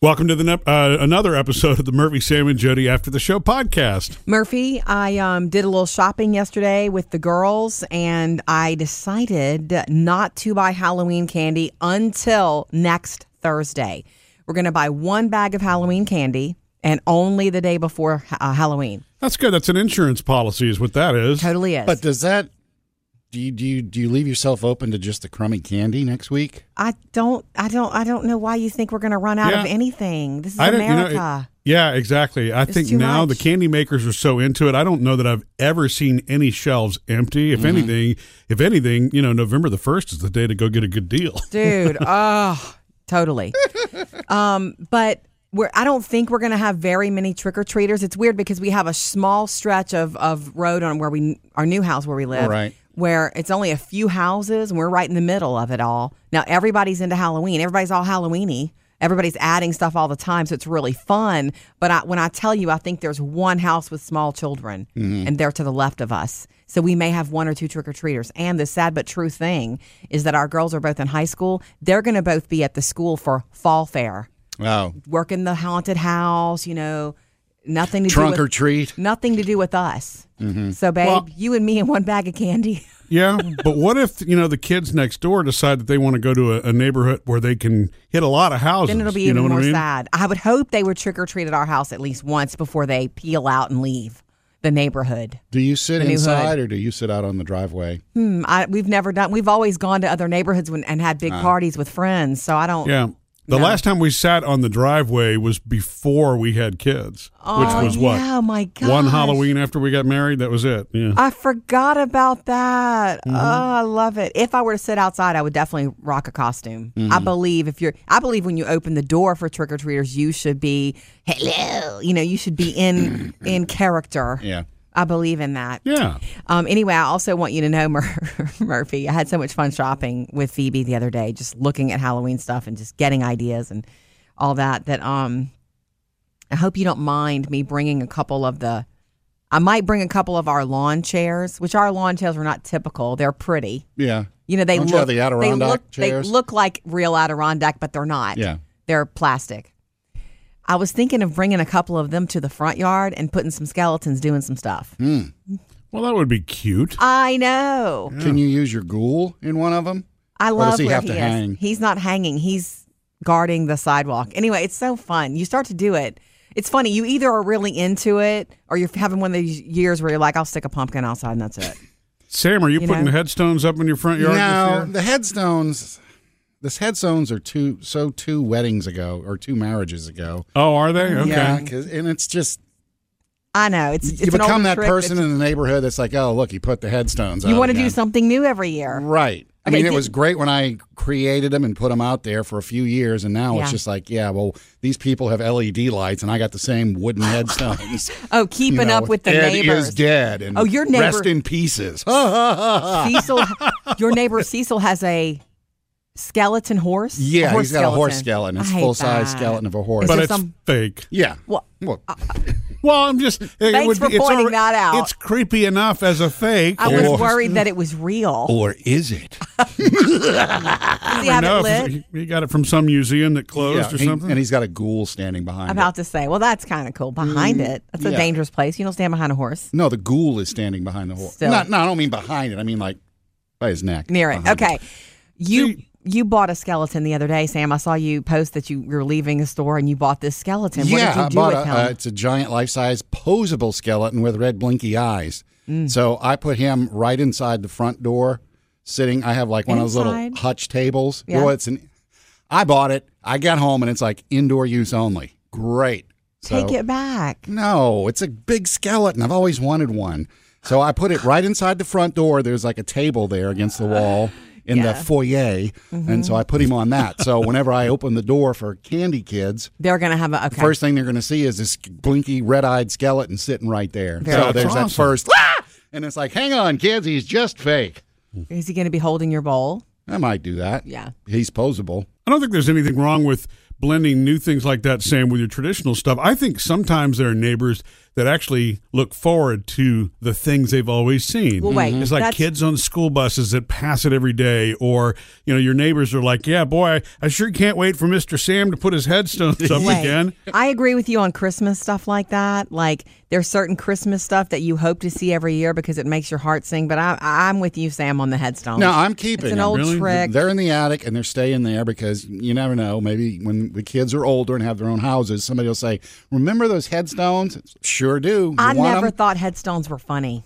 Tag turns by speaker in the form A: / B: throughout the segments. A: Welcome to the ne- uh, another episode of the Murphy Sam and Jody After the Show podcast.
B: Murphy, I um, did a little shopping yesterday with the girls, and I decided not to buy Halloween candy until next Thursday. We're going to buy one bag of Halloween candy and only the day before uh, Halloween.
A: That's good. That's an insurance policy, is what that is.
B: Totally is.
C: But does that do you, do you do you leave yourself open to just the crummy candy next week?
B: I don't, I don't, I don't know why you think we're going to run out of
A: Yeah.
B: anything. This is
A: I don't- you know,
B: America.
A: it- yeah, exactly. I think
B: too
A: now
B: much.
A: the candy makers are so into it. I don't know that I've ever seen any shelves empty. If
B: Mm-hmm.
A: anything, if anything, you know, November the first is the day to go get a good deal.
B: dude. Oh, totally. Um, but we're I don't think we're gonna have very many trick or treaters. It's weird because we have a small stretch of of road on where we our new house where we live,
C: Right.
B: Where it's only a few houses, and we're right in the middle of it all. Now everybody's into Halloween. Everybody's all Halloweeny. Everybody's adding stuff all the time, so it's really fun. But I, when I tell you, I think there's one house with small children, and they're to the left of us. So we may have one or two trick or treaters. And the sad but true thing is that our girls are both in high school. They're going to both be at the school for fall fair
C: Wow,
B: work in the haunted house, you know, nothing to
C: trunk
B: do
C: or
B: with,
C: treat. Mm-hmm.
B: nothing to do with us. So, babe,
A: Well-
B: you and me and one bag of candy.
A: Yeah, but what if you know the kids next door decide that they want to go to a, a neighborhood where they can hit a lot of houses?
B: then it'll be
A: you
B: even
A: know what
B: more
A: I mean?
B: sad. I would hope they would trick or treat at our house at least once before they peel out and leave the neighborhood.
C: Do you sit
B: new
C: inside or do you sit out on the driveway?
B: Hmm, I, we've never done. We've always gone to other neighborhoods when, and had big parties with friends. So I don't.
A: Uh. Yeah. The
B: No.
A: last time we sat on the driveway was before we had kids, which was what?
B: Oh, yeah, my
A: One
B: gosh.
A: Halloween after we got married, that was it. Yeah.
B: I forgot about that. Oh, I love it. If I were to sit outside, I would definitely rock a costume. I believe if you're, I believe when you open the door for trick or treaters, you should be hello. You know, you should be in in character.
C: Yeah.
B: I believe in that.
A: yeah.
B: Um, anyway, I also want you to know, Mur- Murphy, I had so much fun shopping with Phoebe the other day, just looking at Halloween stuff and just getting ideas and all that. That um, I hope you don't mind me bringing a couple of the. I might bring a couple of our lawn chairs, which our lawn chairs are not typical. They're pretty.
C: Yeah,
B: You know, they
C: Don't you
B: look
C: have the
B: they
C: Adirondack
B: look
C: chairs?
B: they look like real Adirondack, but they're not.
C: Yeah.
B: they're plastic. I was thinking of bringing a couple of them to the front yard and putting some skeletons doing some stuff.
C: Hmm.
A: Well, that would be cute.
B: I know.
C: Can you use your ghoul in one of them?
B: I
C: Or
B: love
C: does he
B: where
C: have
B: he
C: to
B: is.
C: hang?
B: He's not hanging. He's guarding the sidewalk. Anyway, it's so fun. You start to do it. It's funny. You either are really into it, or you're having one of these years where you're like, "I'll stick a pumpkin outside and that's it."
A: Sam, are you,
B: You
A: putting
B: know.
A: headstones up in your front yard
C: No,
A: this year?
C: the headstones. This headstones are two so two weddings ago or two marriages ago.
A: Oh, are they? Okay.
C: Yeah, 'cause- and it's just
B: I know. It's, it's
C: you
B: an
C: become
B: older
C: that
B: trick
C: person in the neighborhood that's like, oh look, he put the headstones.
B: that- You
C: want
B: want to do something new every year.
C: Right. I
B: Okay,
C: mean, it
B: did-
C: was great when I created them and put them out there for a few years, and now
B: Yeah.
C: it's just like, yeah, well, these people have LED lights, and I got the same wooden headstones.
B: Oh, keeping
C: You know,
B: up with the
C: Ed
B: neighbors.
C: is dead, and
B: Oh, your neighbor-
C: rest in pieces. yeah,
B: Cecil, your neighbor Cecil has a skeleton horse. A horse
C: he's got a horse
B: skeleton.
C: skeleton. It's
B: I hate
C: full size
B: that. Uh,
C: skeleton of a horse.
A: But
B: there
A: it's
B: some-
A: fake.
C: yeah,
B: Well,
C: well,
A: Well, I'm just.
B: Thanks
A: it would
B: for
A: be, it's
B: pointing
A: alre-
B: that out.
A: It's creepy enough as a fake.
B: I was
A: Or-
B: worried that it was real.
C: or is it?
B: Does he have
A: No,
B: it
A: if-
B: lit?
A: You got it from some museum that
C: Yeah,
A: closed or
C: he-
A: something.
C: and he's got a ghoul standing behind.
B: I'm
C: it.
B: about to say, well, that's kind of cool. Behind it, that's a
C: Mm-hmm. yeah.
B: dangerous place. You don't stand behind a horse.
C: No, the ghoul is standing behind the horse.
B: Still.
C: Not, no, I don't mean behind it. I mean like by his neck. Uh-huh.
B: Near it.
C: behind
B: Okay. You
A: See-
B: you bought a skeleton the other day, Sam. I saw you post that you were leaving a store and you bought this skeleton.
C: yeah,
B: what did you
C: I
B: do
C: bought
B: with
C: a,
B: him?
C: uh, it's a giant life-size posable skeleton with red blinky eyes.
B: Mm.
C: So I put him right inside the front door, sitting. I have like one of those little
B: Inside?
C: hutch tables.
B: Yeah.
C: Well, it's an. I bought it. I got home and it's like indoor use only. Great. So,
B: Take it back.
C: No, it's a big skeleton. I've always wanted one. So I put it right inside the front door. There's like a table there against the wall in the
B: Yeah. Mm-hmm.
C: foyer. And so I put him on that. So whenever I open the door for Candy Kids,
B: They're gonna have a okay.
C: First thing they're going to see is this blinky, red-eyed skeleton sitting right there.
B: Very
C: so
B: cool.
C: there's
A: That's
C: that first, "Ah!" and it's like, hang on, kids, he's just fake.
B: Is he gonna be holding your bowl?
C: I might do that.
B: Yeah.
C: he's posable.
A: I don't think there's anything wrong with blending new things like that, Sam, with your traditional stuff. I think sometimes there are neighbors that actually look forward to the things they've always seen.
B: Well, wait,
A: it's like
B: that's-
A: kids on school buses that pass it every day, or you know, your neighbors are like, "Yeah, boy, I, I sure can't wait for Mister Sam to put his headstones up
B: Wait.
A: again."
B: I agree with you on Christmas stuff like that. Like there's certain Christmas stuff that you hope to see every year because it makes your heart sing. But I, I'm with you, Sam, on the headstone.
C: No, I'm keeping
B: it's an
C: them.
B: old
A: Really?
B: trick.
C: They're in the attic and they're staying there because you never know. Maybe when the kids are older and have their own houses, somebody will say, "Remember those headstones? Sure do." You
B: I
C: want
B: never
C: 'em?
B: thought headstones were funny.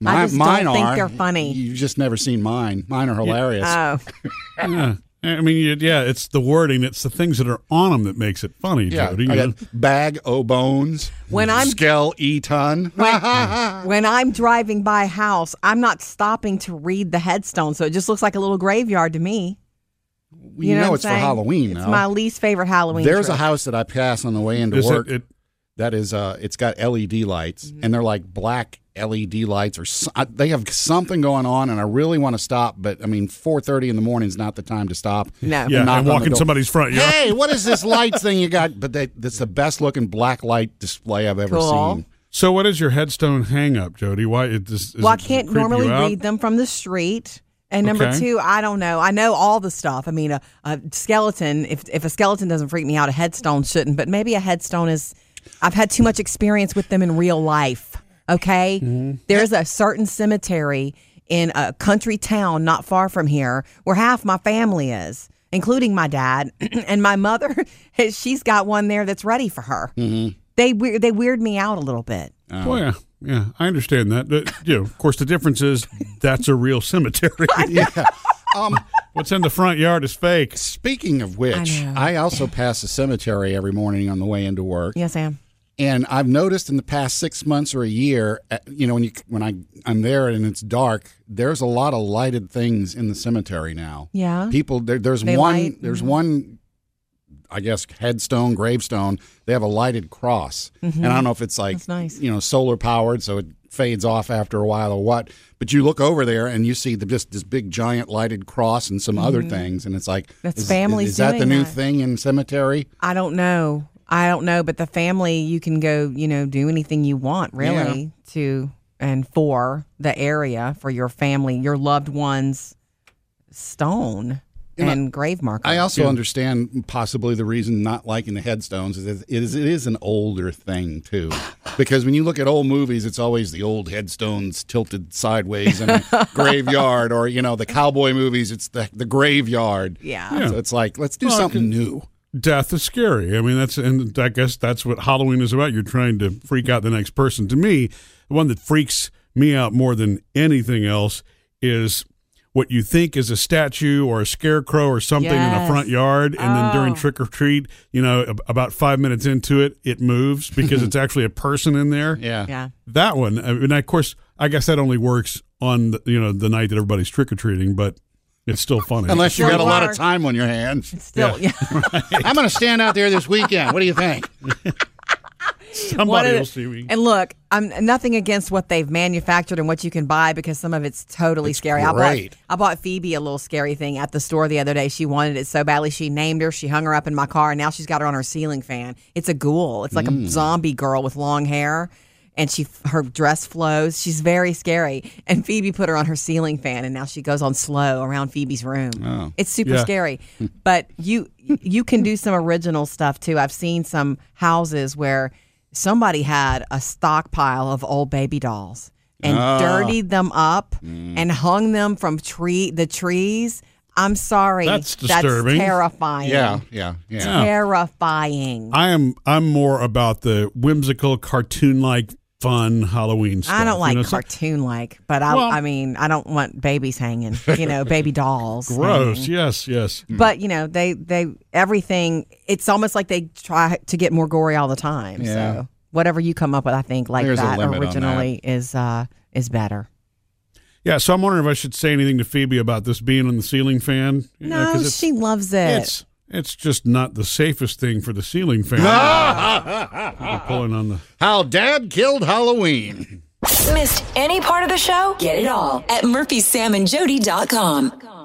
C: My-
B: I just
C: mine
B: don't
C: are.
B: think they're funny.
C: You've just never seen mine. Mine are hilarious.
A: Uh,
B: Oh,
A: Yeah. I mean, you- yeah, it's the wording, it's the things that are on them that makes it funny,
C: yeah,
A: Jody.
C: I
A: you know?
C: got bag o bones.
B: When I'm-
C: skell e ton.
B: when I'm driving by a house, I'm not stopping to read the headstone, so it just looks like a little graveyard to me.
C: You, know,
B: what I'm
C: it's for
B: saying?
C: Halloween.
B: It's
C: though.
B: my least favorite Halloween.
C: There's a
B: trick.
C: house that I pass on the way into
A: Is
C: work.
A: it- it-
C: that is uh it's got led lights
B: Mm-hmm.
C: and they're like black led lights or so- I- they have something going on and i really want to stop but i mean 4.30 in the morning is not the time to stop
B: No.
A: yeah,
C: knock on
A: I'm
C: the
A: walking
C: door.
A: somebody's front yard.
C: hey what is this lights thing you got but they, that's the best looking black light display i've ever
B: Cool.
C: seen
A: So, what is your headstone hang up, Jody? Why it just
B: well, I can't normally read
A: that.
B: them from the street. And number
A: Okay.
B: two, I don't know. I know all the stuff. I mean, a, a skeleton. If if a skeleton doesn't freak me out, a headstone shouldn't. But maybe a headstone is. I've had too much experience with them in real life. Okay,
A: Mm-hmm.
B: there's a certain cemetery in a country town not far from here where half my family is, including my dad and my mother. She's got one there that's ready for her.
A: Mm-hmm.
B: They we- they weird me out a little bit.
A: Well, yeah, yeah, I understand that. But, you know, of course, the difference is that's a real cemetery.
C: um
A: What's in the front yard is fake.
C: speaking of which
B: know.
C: I, also pass a cemetery every morning on the way into work
B: Yes, Sam.
C: and I've noticed in the past six months or a year, uh, you know, when you when I I'm there and it's dark, there's a lot of lighted things in the cemetery now.
B: Yeah.
C: people. There, there's
B: They
C: one.
B: light,
C: There's one. I guess headstone, gravestone. They have a lighted cross, and I don't know if it's like
B: Mm-hmm. That's nice.
C: you know solar powered, so it fades off after a while or what. But you look over there and you see the, just this big giant lighted cross and some other things, and it's like
B: Mm-hmm. That's
C: is,
B: families
C: Is that the
B: doing
C: new
B: that.
C: thing in cemetery?
B: I don't know. I don't know, but the family, you can go, you know, do anything you want really to and for the area, for your family, your loved ones, stone
C: You know,
B: and grave marker.
C: I also understand possibly the reason not liking the headstones is it is it is an older thing too, because when you look at old movies, it's always the old headstones tilted sideways in a graveyard, or you know the cowboy movies, it's the the graveyard.
B: yeah.
A: Yeah.
C: So it's like let's do
A: Well, I
C: something
A: can-
C: new.
A: Death is scary. I mean, that's and I guess that's what Halloween is about. You're trying to freak out the next person. To me, the one that freaks me out more than anything else is what you think is a statue or a scarecrow or something in a
B: Yes.
A: front yard, and then during
B: Oh.
A: trick or treat, you know, ab- about five minutes into it, it moves because it's actually a person in there.
C: Yeah.
B: Yeah.
A: that one I mean, of course i guess that only works on the, you know the night that everybody's trick-or-treating but it's still funny
C: Unless you
B: Still
C: got a lot of
B: are.
C: time on your hands,
B: Still yeah.
C: I'm going to stand out there this weekend. What do you think?
B: One of
A: somebody
B: the-
A: will see me
B: And look, I'm nothing against what they've manufactured and what you can buy because some of it's totally scary.
C: great.
B: I bought I bought Phoebe a little scary thing at the store the other day. She wanted it so badly. She named her. She hung her up in my car, and now she's got her on her ceiling fan. It's a ghoul. It's like a zombie girl with long hair. And she, her dress flows. She's very scary. And Phoebe put her on her ceiling fan, and now she goes on slow around Phoebe's room. It's super
A: Yeah.
B: scary scary. But you you can do some original stuff too. I've seen some houses where somebody had a stockpile of old baby dolls and
A: Ah.
B: dirtied them up
A: Mm.
B: and hung them from tree the trees. I'm sorry.
A: That's disturbing.
B: terrifying.
C: Yeah, yeah, yeah.
B: Terrifying.
A: i am i'm more about the whimsical cartoon-like fun halloween stuff
B: I don't like
A: you know, so-
B: cartoon like, but I,
A: Well-
B: I mean, I don't want babies hanging, you know, baby dolls.
A: gross Hmm. yes yes
B: But you know, they they everything. It's almost like they try to get more gory all the time.
C: Yeah.
B: So whatever you come up with, I think like
C: There's a
B: that
C: limit on
B: originally is uh is better.
A: yeah so i'm wondering if i should say anything to phoebe about this being on the ceiling fan you know,
B: No,
A: 'cause it's,
B: she loves it.
A: it's it's just not the safest thing for the ceiling fan We're pulling on the
C: How Dad killed Halloween.
D: Missed any part of the show? Get it all at murphysamandjody.com.